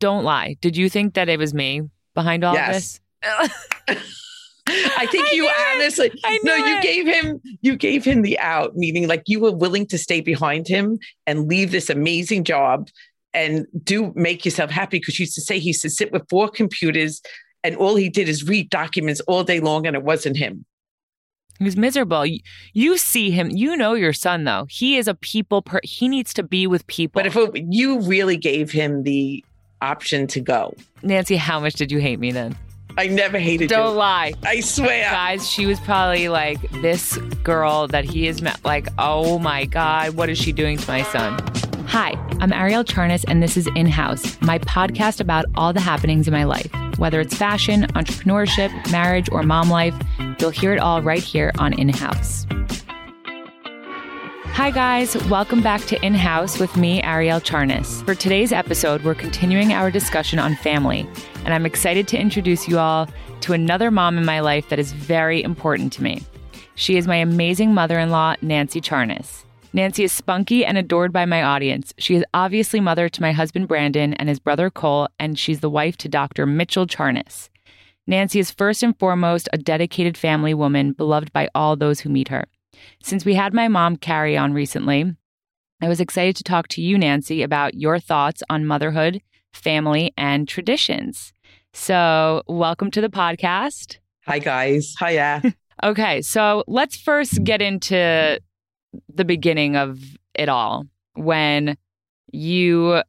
don't lie. Did you think that it was me behind all Yes. of this? I think I you knew it. honestly I no, knew you it. gave him you gave him the out, meaning like you were willing to stay behind him and leave this amazing job and do make yourself happy because you used to say he used to sit with four computers and all he did is read documents all day long and it wasn't him. He was miserable. You, you see him. You know your son though. He is a people. Per- he needs to be with people. But if it, you really gave him the option to go, Nancy, how much did you hate me then? I never hated Don't you. lie. I swear. Guys, she was probably like this girl that he has met, like, oh my God, what is she doing to my son? Hi, I'm Ariel Charnas, and this is In House, my podcast about all the happenings in my life. Whether it's fashion, entrepreneurship, marriage, or mom life, you'll hear it all right here on In House. Hi, guys. Welcome back to In House with me, Ariel Charnas. For today's episode, we're continuing our discussion on family, and I'm excited to introduce you all to another mom in my life that is very important to me. She is my amazing mother in law, Nancy Charnas. Nancy is spunky and adored by my audience. She is obviously mother to my husband, Brandon, and his brother, Cole, and she's the wife to Dr. Mitchell Charnas. Nancy is first and foremost a dedicated family woman beloved by all those who meet her. Since we had my mom carry on recently, I was excited to talk to you, Nancy, about your thoughts on motherhood, family, and traditions. So, welcome to the podcast. Hi guys. Hiya. Okay, so let's first get into the beginning of it all when you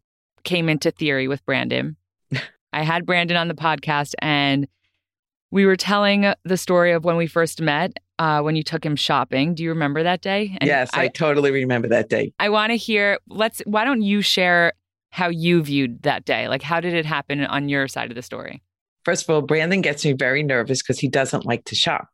came into theory with Brandon. I had Brandon on the podcast and we were telling the story of when we first met, uh, when you took him shopping. Do you remember that day? And yes, I I, totally remember that day. I want to hear, let's, why don't you share how you viewed that day? Like, how did it happen on your side of the story? first of all, Brandon gets me very nervous because he doesn't like to shop.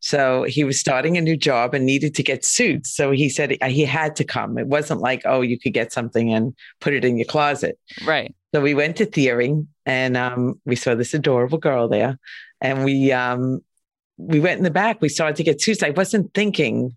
So he was starting a new job and needed to get suits. So he said uh, he had to come. It wasn't like, oh, you could get something and put it in your closet. Right. So we went to Theory and um, we saw this adorable girl there. And we um, we went in the back. We started to get suits. I wasn't thinking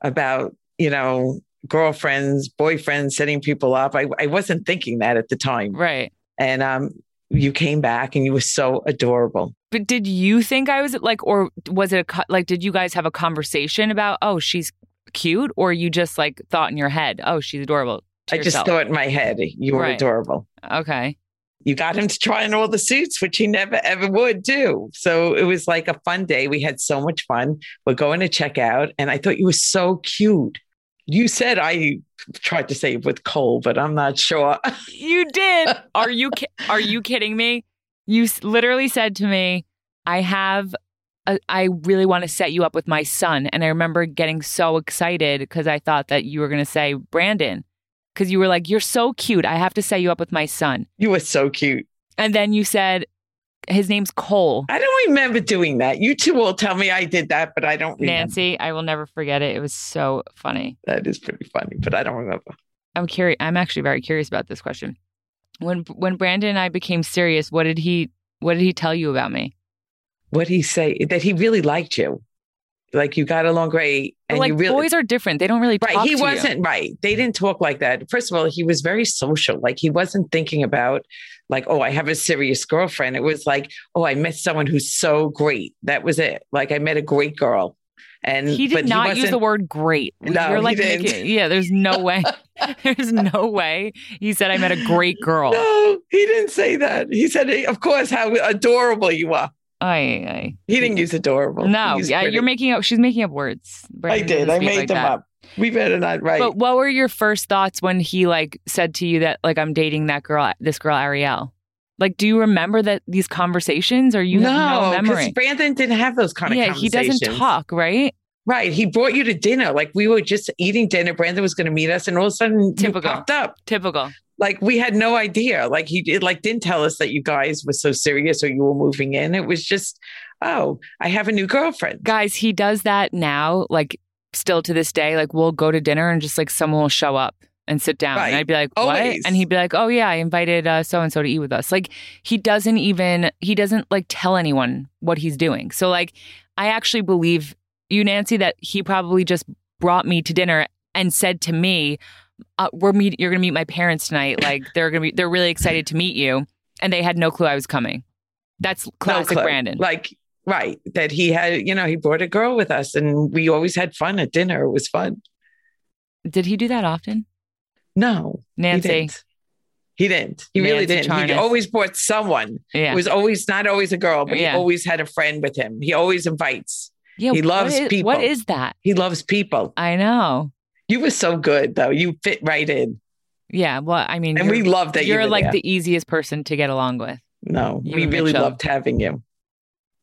about, you know, girlfriends, boyfriends, setting people up. I, I wasn't thinking that at the time. Right. And um, you came back and you were so adorable. But did you think I was like, or was it a co- like? Did you guys have a conversation about? Oh, she's cute, or you just like thought in your head, oh, she's adorable. to I just yourself? thought in my head, you were Right. adorable. Okay, You got him to try on all the suits, which he never ever would do. So it was like a fun day. We had so much fun. We're going to check out, and I thought you were so cute. You said I tried to say with Cole, but I'm not sure. you did. Are you ki- are you kidding me? You s- literally said to me, "I have, a, I really want to set you up with my son." And I remember getting so excited because I thought that you were going to say Brandon, because you were like, "You're so cute. I have to set you up with my son." You were so cute. And then you said, "His name's Cole." I don't remember doing that. You two will tell me I did that, but I don't remember. Nancy, I will never forget it. It was so funny. That is pretty funny, but I don't remember. I'm curious. I'm actually very curious about this question. When when Brandon and I became serious, what did he what did he tell you about me? What did he say? That he really liked you. Like you got along great, and like you really boys are different. They don't really Right. talk he to you. wasn't right. They didn't talk like that. First of all, he was very social. Like he wasn't thinking about like, oh, I have a serious girlfriend. It was like, oh, I met someone who's so great. That was it. Like I met a great girl. And He but did not use the wasn't- word great. No, You're he like didn't. making- yeah, there's no way. there's no way. He said I met a great girl. No, he didn't say that. He said, of course, how adorable you are. Ay, He didn't use adorable. ay. No, He used yeah, pretty. you're making up she's making up words. I Brandon did. doesn't I speak made like them that. up. We better not write. But what were your first thoughts when he like said to you that like I'm dating that girl, this girl Ariel? Like, do you remember that these conversations, or you have no memory? Brandon didn't have those kind of yeah, he conversations. doesn't talk, right? Right. He brought you to dinner. Like we were just eating dinner. Brandon was going to meet us, and all of a sudden, Typical. you popped up. Typical. Like we had no idea. Like he did, like didn't tell us that you guys were so serious or you were moving in. It was just, oh, I have a new girlfriend. Guys, he does that now, like still to this day. Like, we'll go to dinner and just like someone will show up and sit down, and Right. I'd be like, "What?" Always. And he'd be like, "Oh yeah, I invited uh, so and so to eat with us." Like, he doesn't even he doesn't like tell anyone what he's doing. So like, I actually believe you, Nancy, that he probably just brought me to dinner and said to me, uh, "We're meet. You're gonna meet my parents tonight. Like they're gonna be. They're really excited to meet you." and they had no clue I was coming. That's classic clue. Brandon. Like, right. That he had, you know, he brought a girl with us and we always had fun at dinner. It was fun. Did he do that often? No, he Nancy. didn't. He didn't. He really Nancy didn't. He Charnas. always brought someone. Yeah. It was always not always a girl, but Yeah. he always had a friend with him. He always invites. yeah. he what loves is- people. What is that? He loves people. I know. You were so good though. You fit right in. Yeah. Well, I mean, And you're, we loved that you you're were like there. the easiest person to get along with. No, you we and really Mitchell. loved having you.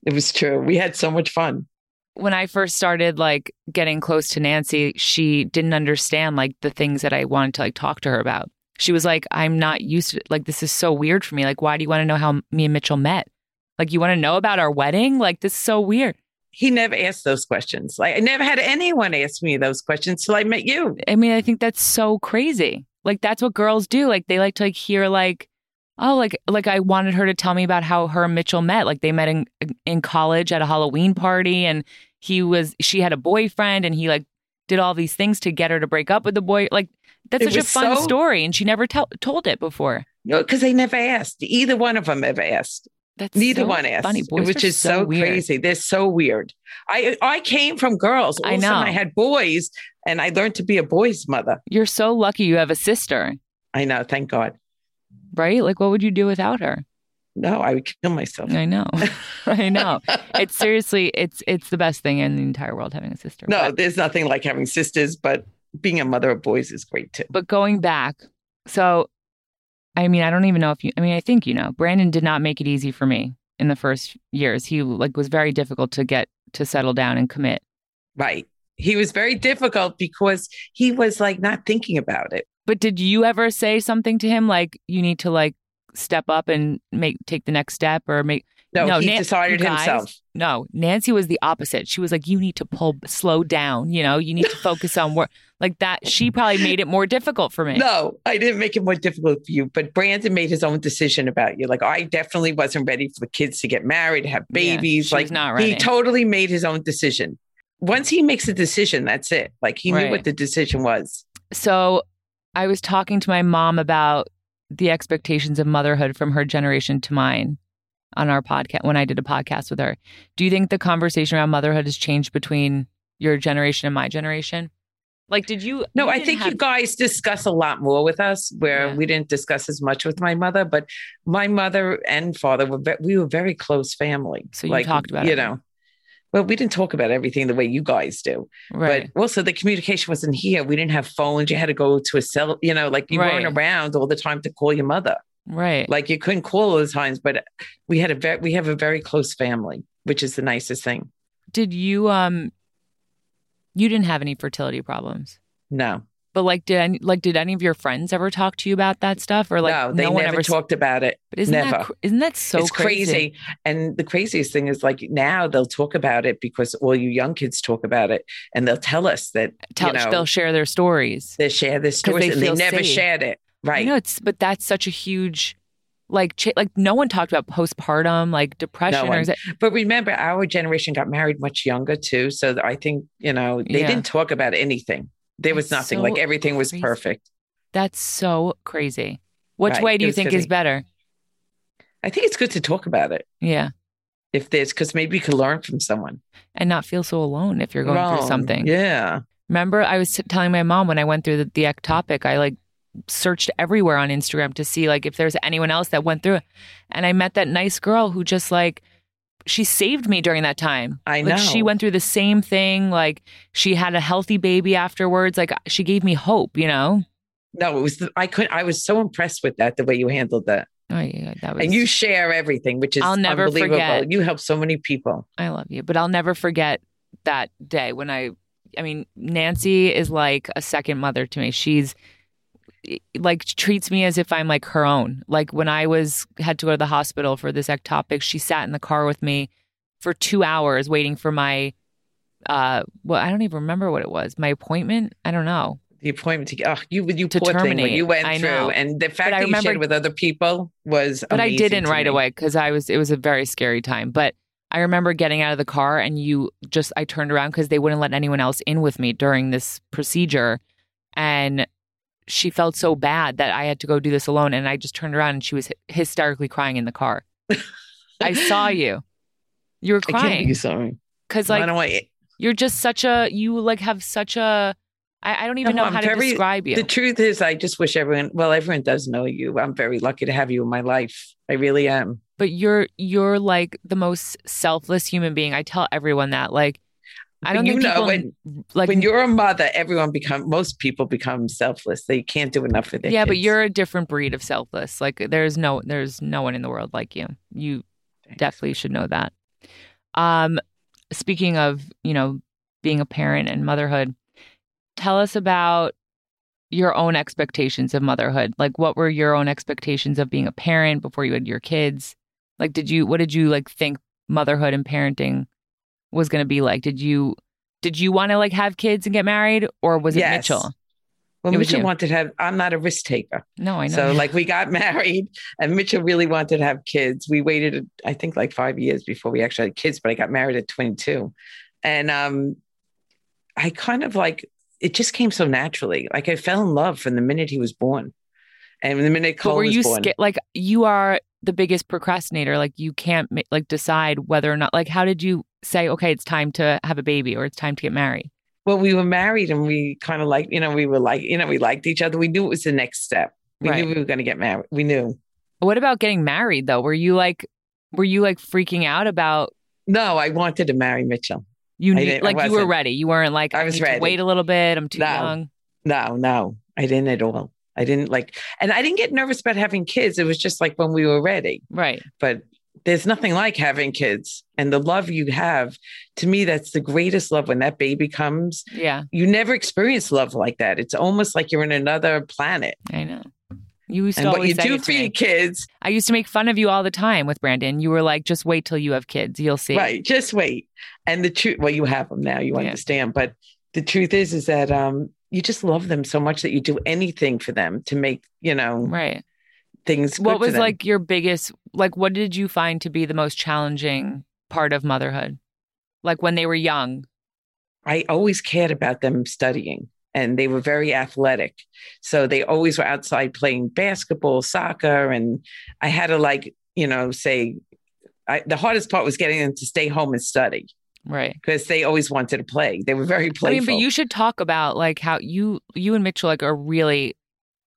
It was true. We had so much fun. when I first started like getting close to Nancy, she didn't understand like the things that I wanted to like talk to her about. She was like, I'm not used to like this is so weird for me. Like, why do you want to know how me and Mitchell met? Like you want to know about our wedding? Like this is so weird. He never asked those questions. Like I never had anyone ask me those questions till I met you. I mean, I think that's so crazy. Like that's what girls do. Like they like to like hear like, oh, like like I wanted her to tell me about how her and Mitchell met. Like they met in in college at a Halloween party, and he was she had a boyfriend, and he like did all these things to get her to break up with the boy. Like that's It such a was fun so- story, and she never tell told it before. Because they never asked. Either one of them ever asked. That's Neither so one asked, funny. Boys which are is so so, weird. crazy. They're so weird. I I came from girls. All I of a sudden know. I had boys, and I learned to be a boy's mother. You're so lucky you have a sister, I know. Thank God. right? Like what would you do without her? No, I would kill myself. I know, I know. It's seriously, it's it's the best thing in the entire world having a sister. No, But- there's nothing like having sisters, but being a mother of boys is great too. but going back, so I mean, I don't even know if you. I mean, I think you know. Brandon did not make it easy for me in the first years. He like was very difficult to get to settle down and commit. Right. He was very difficult because he was like not thinking about it. But did you ever say something to him like you need to like step up and make take the next step or make No, No, he Nan- decided you guys- himself. no? Nancy was the opposite. She was like you need to pull slow down, you know, you need to focus on work like that. She probably made it more difficult for me. No, I didn't make it more difficult for you, but Brandon made his own decision about you. Like I definitely wasn't ready for the kids to get married, have Yeah, babies. she was like not he ready. totally made his own decision. Once he makes a decision, that's it. Like he Right. knew what the decision was. so I was talking to my mom about the expectations of motherhood from her generation to mine on our podcast when I did a podcast with her. Do you think the conversation around motherhood has changed between your generation and my generation? Like, did you? No, you I didn't think have- you guys discuss a lot more with us, where Yeah. we didn't discuss as much with my mother, but my mother and father were ve- we were very close family. So you talked about you everything. know. Well, we didn't talk about everything the way you guys do. right. But also the communication wasn't here. We didn't have phones. You had to go to a cell, you know, like you Right. weren't around all the time to call your mother. right. Like you couldn't call all the times, but we had a very we have a very close family, which is the nicest thing. did you? Um, you didn't have any fertility problems, No. but like, did any, like did any of your friends ever talk to you about that stuff, or like no, they one never ever? talked about it. but isn't that never. cr- isn't that so it's crazy. And the craziest thing is like now they'll talk about it because all you young kids talk about it and they'll tell us that Tell, you know, they'll share their stories. they share their stories they and they feel never safe. shared it. I Right. know it's, but that's such a huge, like, cha- like no one talked about postpartum, like depression, or one. is it- But remember, our generation got married much younger too. So th- I think, you know, they Yeah. didn't talk about anything. There was That's nothing. so like everything was crazy. perfect. that's so crazy. Which Right, way do it you was think is crazy. better? I think it's good to talk about it Yeah, if there's because maybe you could learn from someone. and not feel so alone if you're going through Wrong. something. Yeah. Remember, I was t- telling my mom when I went through the, the ectopic, I like searched everywhere on Instagram to see like if there's anyone else that went through it, and I met that nice girl who just like she saved me during that time. I Like know. she went through the same thing. Like she had a healthy baby afterwards. Like she gave me hope. You know. No, it was the, I couldn't I was so impressed with that, the way you handled that. Oh yeah, that was. And you share everything, which is I'll never unbelievable. forget. You help so many people. I love you, but I'll never forget that day when I. I mean, Nancy is like a second mother to me. She's e, like treats me as if I'm like her own. Like when I was had to go to the hospital for this ectopic, she sat in the car with me for two hours waiting for my. Uh, well, I don't even remember what it was. My appointment. I don't know. The appointment to oh, you you To poor thing what terminate. you went I through. know. And the I fact that you remember- shared with other people was But I amazing didn't to right me. away because I was it was a very scary time. But I remember getting out of the car and you just I turned around because they wouldn't let anyone else in with me during this procedure, and she felt so bad that I had to go do this alone. And I just turned around and she was hy- hysterically crying in the car. I saw you. You were I can't believe you crying saw me. because I like don't want you- you're just such a you like have such a I, I don't even No, know I'm how to very- describe you. The truth is, I just wish everyone, well, everyone does know you. I'm very lucky to have you in my life. I really am. but you're you're like the most selfless human being. I tell everyone that. Like I But don't you think know, people when- like when you're a mother, everyone become most people become selfless. They can't do enough for their yeah, but kids. you're a different breed of selfless. Like there's no there's no one in the world like you. You Thanks. definitely should know that. Um speaking of, you know, being a parent and motherhood, tell us about your own expectations of motherhood. Like what were your own expectations of being a parent before you had your kids? Like did you what did you like think motherhood and parenting was going to be like? Did you did you want to like have kids and get married or was it Yes. Mitchell? well, it was Mitchell you. wanted to have. I'm not a risk taker, No, I know. so like we got married, and Mitchell really wanted to have kids. We waited, I think, like five years before we actually had kids. But I got married at 22, and um, I kind of like it just came so naturally. Like I fell in love from the minute he was born, and the minute Cole but were was you born. scared? Like you are the biggest procrastinator. Like you can't ma- like decide whether or not. Like how did you say okay, it's time to have a baby or it's time to get married? well, we were married and we kind of like, you know, we were like, you know, we liked each other. We knew it was the next step. We Right. knew we were going to get married. We knew. What about getting married though? Were you like, were you like freaking out about No, I wanted to marry Mitchell. you I need didn't- I like you were wasn't. ready? You weren't like I I, was need to ready. wait a little bit. I'm too No. young. No, no, I didn't at all. I didn't like, and I didn't get nervous about having kids. It was just like when we were ready. Right. But there's nothing like having kids and the love you have. To me, that's the greatest love when that baby comes. Yeah. You never experience love like that. It's almost like you're in another planet. I know. You used to and what always you say do it to for me. your kids, I used to make fun of you all the time with Brandon. You were like, just wait till you have kids. You'll see. Right. Just wait. And the truth, well, you have them now, you Yeah. understand. But the truth is, is that um, you just love them so much that you do anything for them to make, you know, Right. things. good what for was them. like your biggest like what did you find to be the most challenging part of motherhood like when they were young I always cared about them studying and they were very athletic. So they always were outside playing basketball, soccer. And I had to like, you know, say, I, the hardest part was getting them to stay home and study right because they always wanted to play. They were very playful. i mean but you should talk about like how you you and mitchell like are really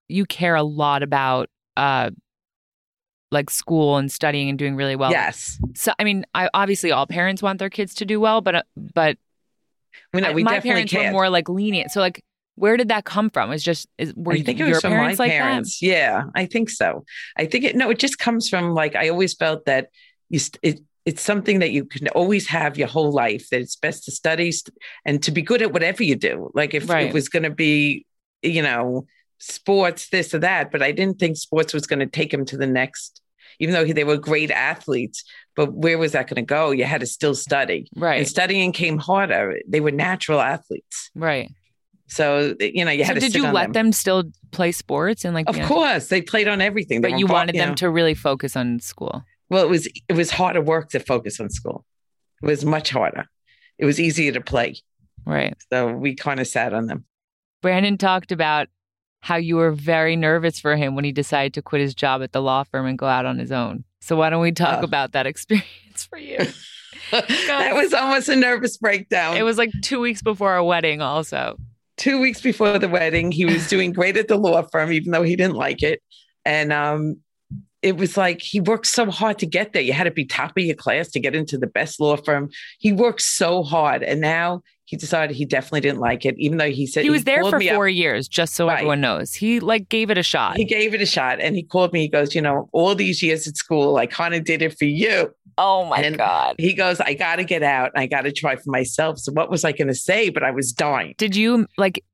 you care a lot about uh like school and studying and doing really well yes. so i mean i obviously all parents want their kids to do well but uh, but We, know, I- we my definitely parents cared. were more like lenient so like where did that come from is just is were I think your it was from parents my like parents. Yeah, I think so. I think it. No, it just comes from like I always felt that you. st- It, it's something that you can always have your whole life. That it's best to study st- and to be good at whatever you do. Like if Right. it was going to be, you know, sports, this or that. But I didn't think sports was going to take him to the next. Even though they were great athletes, but where was that going to go? You had to still study, that right and studying came harder. They were natural athletes, right so you know you so had to. did sit you on let them. them. still play sports and like Of be on- course, they played on everything. They but were you involved, wanted you them know. to really focus on school Well, it was it was harder work to focus on school. It was much harder. It was easier to play, right so we kind of sat on them. brandon talked about how you were very nervous for him when he decided to quit his job at the law firm and go out on his own so why don't we talk Oh. about that experience for you that was almost a nervous breakdown. it was like two weeks before our wedding also two weeks before the wedding. He was doing great at the law firm, even though he didn't like it. And um, it was like he worked so hard to get there. You had to be top of your class to get into the best law firm. He worked so hard, and now he decided he definitely didn't like it, even though he said he was there called for me up four years just so Right. everyone knows he like gave it a shot He gave it a shot and he called me. He goes, You know, all these years at school, I kind of did it for you. oh my And- god He goes, I got to get out and I got to try for myself. So, what was I going to say? But I was dying. did you like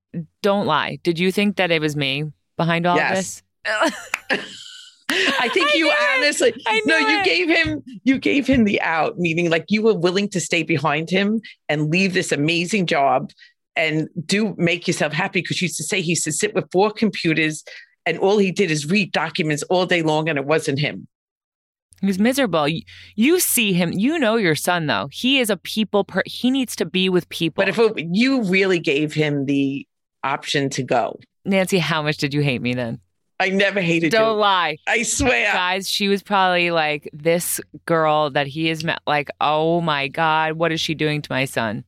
don't lie did you think that it was me behind all Yes. of this I think I you knew it. honestly, I no, knew you it. gave him, you gave him the out, meaning like you were willing to stay behind him and leave this amazing job and do make yourself happy. Cause you used to say he used to sit with four computers and all he did is read documents all day long and it wasn't him. He was miserable. You, you see him. You know your son though. He is a people. Per- he needs to be with people. But if it, you really gave him the option to go, Nancy, how much did you hate me then? I never hated Don't you. lie. I swear. Guys, she was probably like, this girl that he has met, like, oh my God, what is she doing to my son?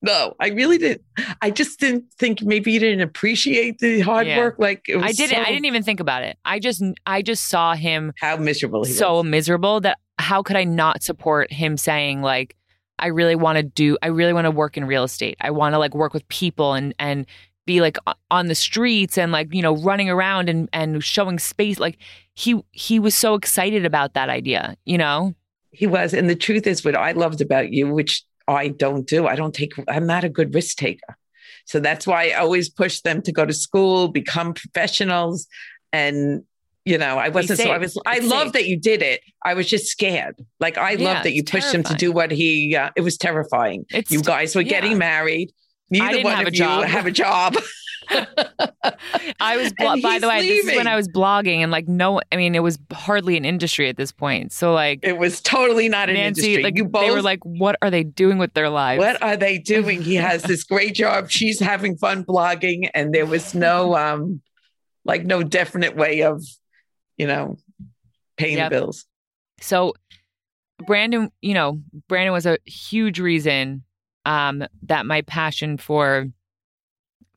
No, I really didn't. I just didn't think maybe you didn't appreciate the hard Yeah. work. Like it was I didn't so- I didn't even think about it. I just I just saw him how miserable he so was. miserable that how could I not support him saying like I really want to do I really want to work in real estate. I want to like work with people and and be like o- on the streets and like you know running around and and showing space like he he was so excited about that idea, you know? He was. And the truth is, what I loved about you, which I don't do, I don't take, I'm not a good risk taker. So that's why I always push them to go to school, become professionals. And, you know, I wasn't, so I saved. was, It's I love saved. that you did it. I was just scared. Like, I Yeah, love that you it's pushed him to terrifying. do what he, uh, it was terrifying. It's you guys were yeah. getting married. Neither didn't one have of a you job. have a job. I was blo- And by he's the way this is when leaving. I was blogging and like no I mean it was hardly an industry at this point. So like It was totally not an Nancy industry. like you both they were like what are they doing with their lives? what are they doing? He has this great job. She's having fun blogging, and there was no um, like no definite way of, you know, paying Yep. the bills. So Brandon, you know, Brandon was a huge reason um, that my passion for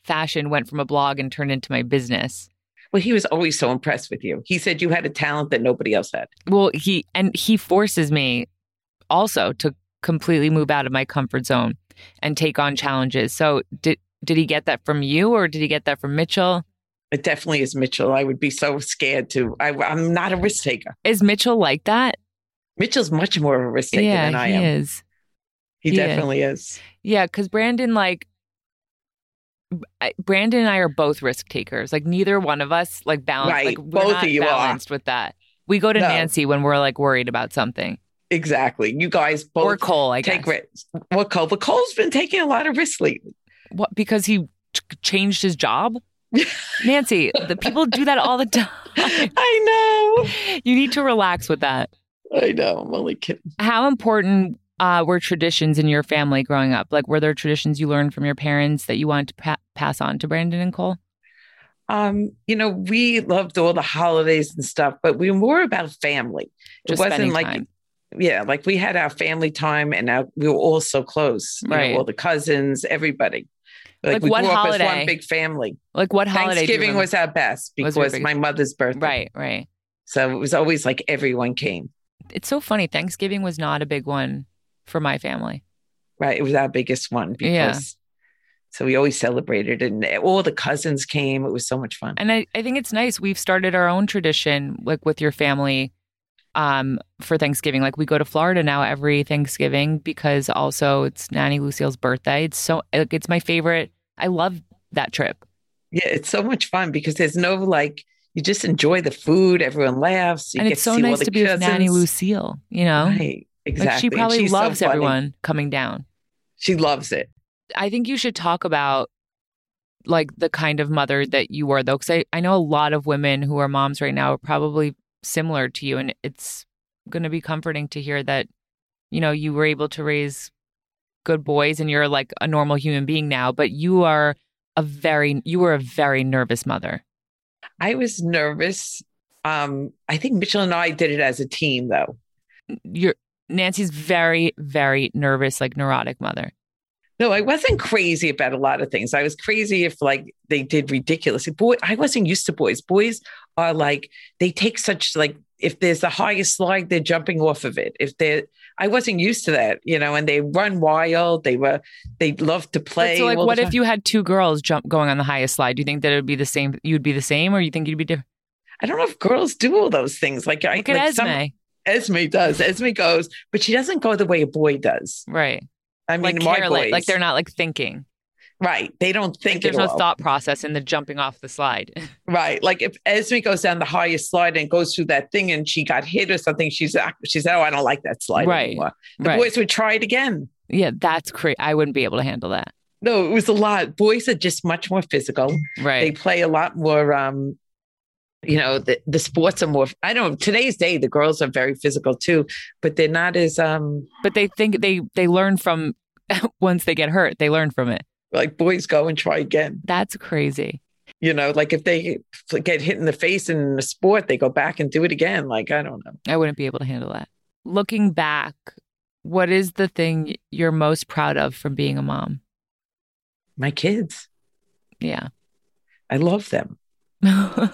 fashion went from a blog and turned into my business. Well, he was always so impressed with you. He said you had a talent that nobody else had. Well, he and he forces me also to completely move out of my comfort zone and take on challenges. So did did he get that from you or did he get that from Mitchell? It definitely is Mitchell. I would be so scared to. I, I'm not a risk taker. Is Mitchell like that? Mitchell's much more of a risk taker yeah, than I he am. is. He Yeah. definitely is. Yeah, because Brandon, like, b- I- Brandon and I are both risk takers. Like, neither one of us, like, balance. Right, Like, we're both of not you are. balanced with that. We go to No. Nancy when we're like worried about something, Exactly. You guys both or Cole. I take guess risks. Well, Cole, but Cole's been taking a lot of risks lately. what because he t- changed his job. Nancy, the people do that all the time. I You need to relax with that. know. I know. I'm only kidding. How important uh, were traditions in your family growing up? Like, were there traditions you learned from your parents that you wanted to pa- pass on to Brandon and Cole? Um, you know, we loved all the holidays and stuff, but we were more about family. Just it wasn't spending like time. yeah, like we had our family time and our, we were all so close. you know, Right. all the cousins, everybody. Like, we what grew up as holiday? one big family. Like, what holiday? do you Thanksgiving remember? was our best Was because your biggest- my mother's birthday. right, right. So it was always like everyone came. it's so funny. Thanksgiving was not a big one for my family. Right. It was our biggest one because Yeah. so we always celebrated and all the cousins came. It was so much fun. And I, I think it's nice. We've started our own tradition, like with your family, um, for Thanksgiving. Like we go to Florida now every Thanksgiving because also it's Nanny Lucille's birthday. It's so like it's my favorite. I love that trip. Yeah, it's so much fun because there's no like you just enjoy the food. Everyone laughs. You and get it's so see all nice the to be with Nanny cousins. Lucille, you know? Right, exactly. Like she And probably she's so loves funny. everyone coming down. She loves it. I think you should talk about like the kind of mother that you were though because I, I know a lot of women who are moms right now are probably similar to you and it's going to be comforting to hear that you know you were able to raise good boys and you're like a normal human being now but you are a very you were a very nervous mother I was nervous. Um, I think Mitchell and I did it as a team, though. you're nancy's very very nervous like neurotic mother No, I wasn't crazy about a lot of things. I was crazy if like they did ridiculous. Boy, I wasn't used to boys. Boys are like they take such like if there's the highest slide, they're jumping off of it. If they, are I wasn't used to that, you know. And they run wild. They were they love to But play. so like all the what time. if you had two girls jump going on the highest slide do you think that it would be the same you'd be the same or you think you'd be different I don't know if girls do all those things. Like I look like at esme some- Esme does. Esme goes, but she doesn't go the way a boy does. right I mean, like my careless, boys, like they're not like thinking. right. They don't Like, think there's at no all. thought process in the jumping off the slide. Right. Like if Esme goes down the highest slide and goes through that thing and she got hit or something, she's she's oh, I don't like that slide Right. anymore. The boys would try it again. Yeah, that's crazy. I wouldn't be able to handle that. No, it was a lot. Boys are just much more physical. They Right. play a lot more. Um, you know, the, the sports are more. I don't. Today's day, the girls are very physical too, but they're not as um but they think they they learn from once they get hurt, they learn from it. like boys go and try again. That's crazy. You know, like if they get hit in the face in a sport, they go back and do it again. Like, I don't know. I wouldn't be able to handle that. Looking back, what is the thing you're most proud of from being a mom? My kids. Yeah. I love them.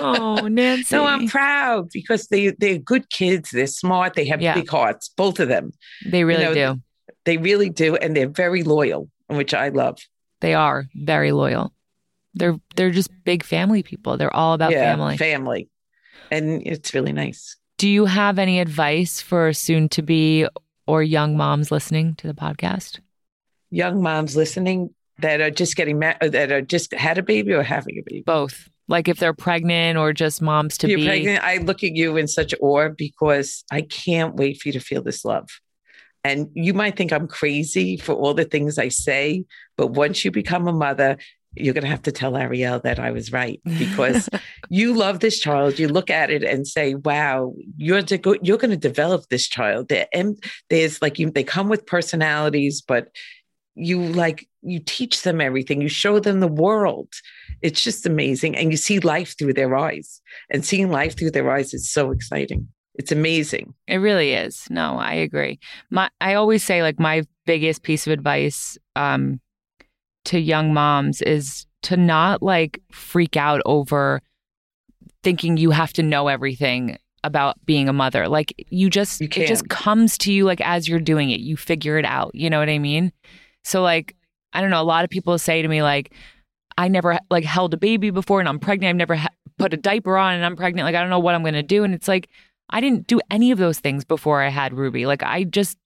oh, Nancy. No, I'm proud because they they're good kids. They're smart. They have Yeah. big hearts, both of them. They really know, do. They really do, and they're very loyal, which I love. They are very loyal. They're they're just big family people. They're all about family. family, and it's really nice. do you have any advice for soon to be or young moms listening to the podcast? Young moms listening that are just getting ma- that are just had a baby or having a baby. Both. Like if they're pregnant or just moms to You're be. pregnant. I look at you in such awe because I can't wait for you to feel this love. And you might think I'm crazy for all the things I say, but once you become a mother, you're going to have to tell Ariel that I was right because you love this child. You look at it and say, "Wow, you're to go, you're going to develop this child." There, and there's like you, they come with personalities, but you like you teach them everything. You show them the world. It's just amazing, and you see life through their eyes. And seeing life through their eyes is so exciting. It's amazing. It really is. No, I agree. My I always say like my biggest piece of advice um to young moms is to not like freak out over thinking you have to know everything about being a mother. Like you just You it just comes to you like as you're doing it. You figure it out. You know what I mean? So like I don't know, a lot of people say to me like I never like held a baby before and I'm pregnant. I've never ha- put a diaper on and I'm pregnant. Like I don't know what I'm going to do and it's like I didn't do any of those things before I had Ruby. Like I just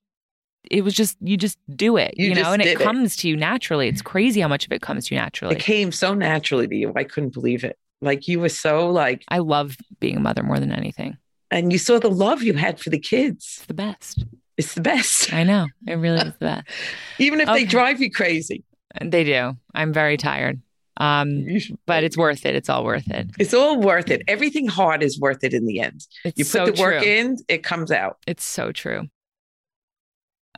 it was just you just do it, You you, know, just and did it it. comes to you naturally. It's crazy how much of it comes to you naturally. It came so naturally to you. I couldn't believe it. Like you were so like, I love being a mother more than anything. and you saw the love you had for the kids. It's the best. It's the best, I know. It really is the best. even if they Okay. drive you crazy. They do. I'm very tired. Um You should- but it's worth it. It's all worth it. it's all worth it. Everything hard is worth it in the end. It's You put so the work true. in, it comes out. It's so true.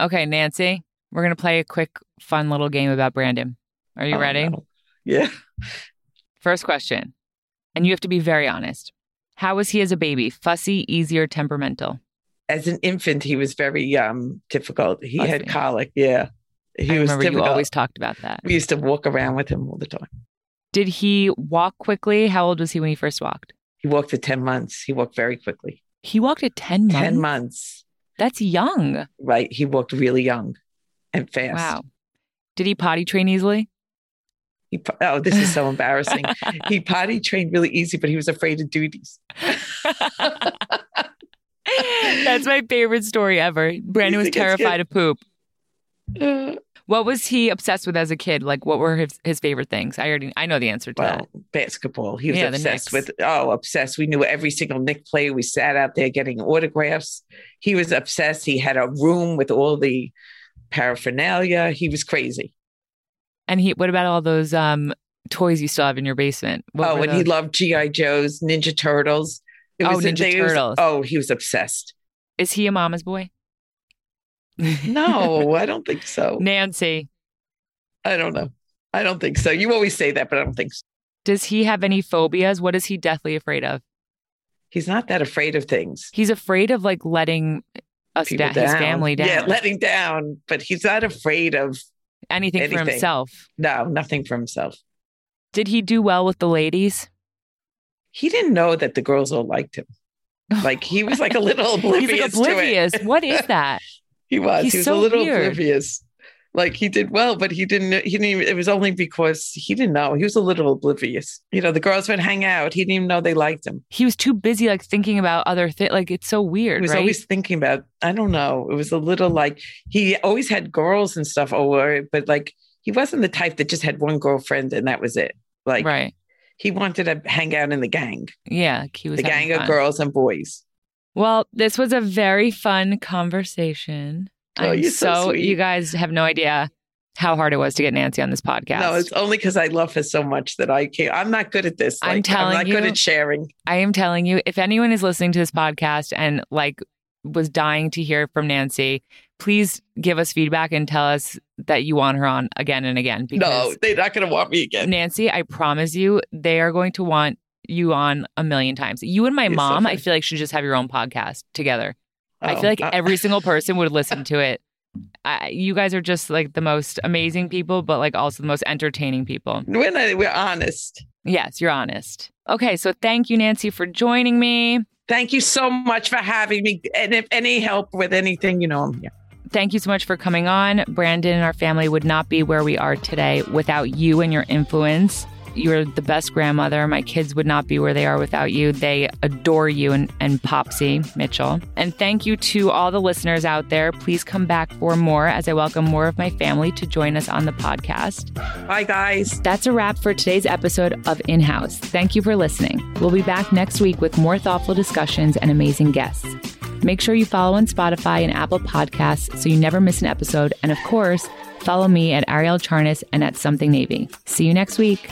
Okay, Nancy, we're going to play a quick fun little game about Brandon. Are you Oh, ready? no. Yeah. First question. And you have to be very honest. How was he as a baby? Fussy, easy, or temperamental? As an infant, he was very um difficult. He Must had be. colic. Yeah. He I was remember you difficult. always talked about that. we used to walk around with him all the time. Did he walk quickly? How old was he when he first walked? He walked at 10 months. He walked very quickly. He walked at 10 months. 10 months. That's young. Right. He walked really young and fast. Wow. Did he potty train easily? He, po- oh, this is so embarrassing. He potty trained really easy, but he was afraid of duties. That's my favorite story ever. Brandon was He's like, "It's terrified of poop. Uh, What was he obsessed with as a kid? Like, what were his, his favorite things? I already I know the answer to well, basketball. He was Yeah, the obsessed Knicks. with, oh, obsessed. We knew every single Nick player. We sat out there getting autographs. He was obsessed. He had a room with all the paraphernalia. He was crazy. that. And he, what about all those um, toys you still have in your basement? What oh, were and he those? loved G.I. Joe's, Ninja Turtles. It Oh, a- Ninja they was- Turtles. oh, he was obsessed. Is he a mama's boy? No, I don't think so. Nancy, I don't know. I don't think so. You always say that, but I don't think so. does he have any phobias? What is he deathly afraid of? He's not that afraid of things. He's afraid of like letting us People down, his family down. Yeah, letting down, but he's not afraid of anything, for anything. himself. no, nothing for himself. Did he do well with the ladies? He didn't know that the girls all liked him. Like he was like a little oblivious. He's like to it. oblivious. What is that? He was. He's he was so a little weird. oblivious. Like he did well, but he didn't. He didn't. Even, it was only because he didn't know. He was a little oblivious. You know, the girls would hang out. He didn't even know they liked him. He was too busy like thinking about other things. Like it's so He weird, was right? always thinking about. I don't know. It was a little like he always had girls and stuff over, but like he wasn't the type that just had one girlfriend and that was it. Like right. he wanted to hang out in the gang, Yeah, like, he was the having gang of fun. girls and boys. Well, this was a very fun conversation. Oh, I'm you're so sweet. you guys have no idea how hard it was to get Nancy on this podcast. No, it's only because I love her so much that I can't. I'm not good at this. I'm Like, telling I'm not good you. at sharing. I am telling you, if anyone is listening to this podcast and like was dying to hear from Nancy. Please give us feedback and tell us that you want her on again and again. No, they're not going to want me again. Nancy, I promise you, they are going to want you on a million times. You and my You're so mom, I funny. feel like should just have your own podcast together. I Oh, feel like uh, every single person would listen to it. I, you guys are just like the most amazing people, but like also the most entertaining people. We're, not, we're honest. Yes, you're honest. Okay, so thank you, Nancy, for joining me. Thank you so much for having me. And if any help with anything, you know I'm here. Thank you so much for coming on. Brandon and our family would not be where we are today without you and your influence. You're the best grandmother. My kids would not be where they are without you. They adore you and, and Popsy Mitchell. And thank you to all the listeners out there. Please come back for more as I welcome more of my family to join us on the podcast. Bye, guys. That's a wrap for today's episode of In House. Thank you for listening. We'll be back next week with more thoughtful discussions and amazing guests. Make sure you follow on Spotify and Apple Podcasts so you never miss an episode. And of course, follow me at Ariel Charnas and at Something Navy. See you next week.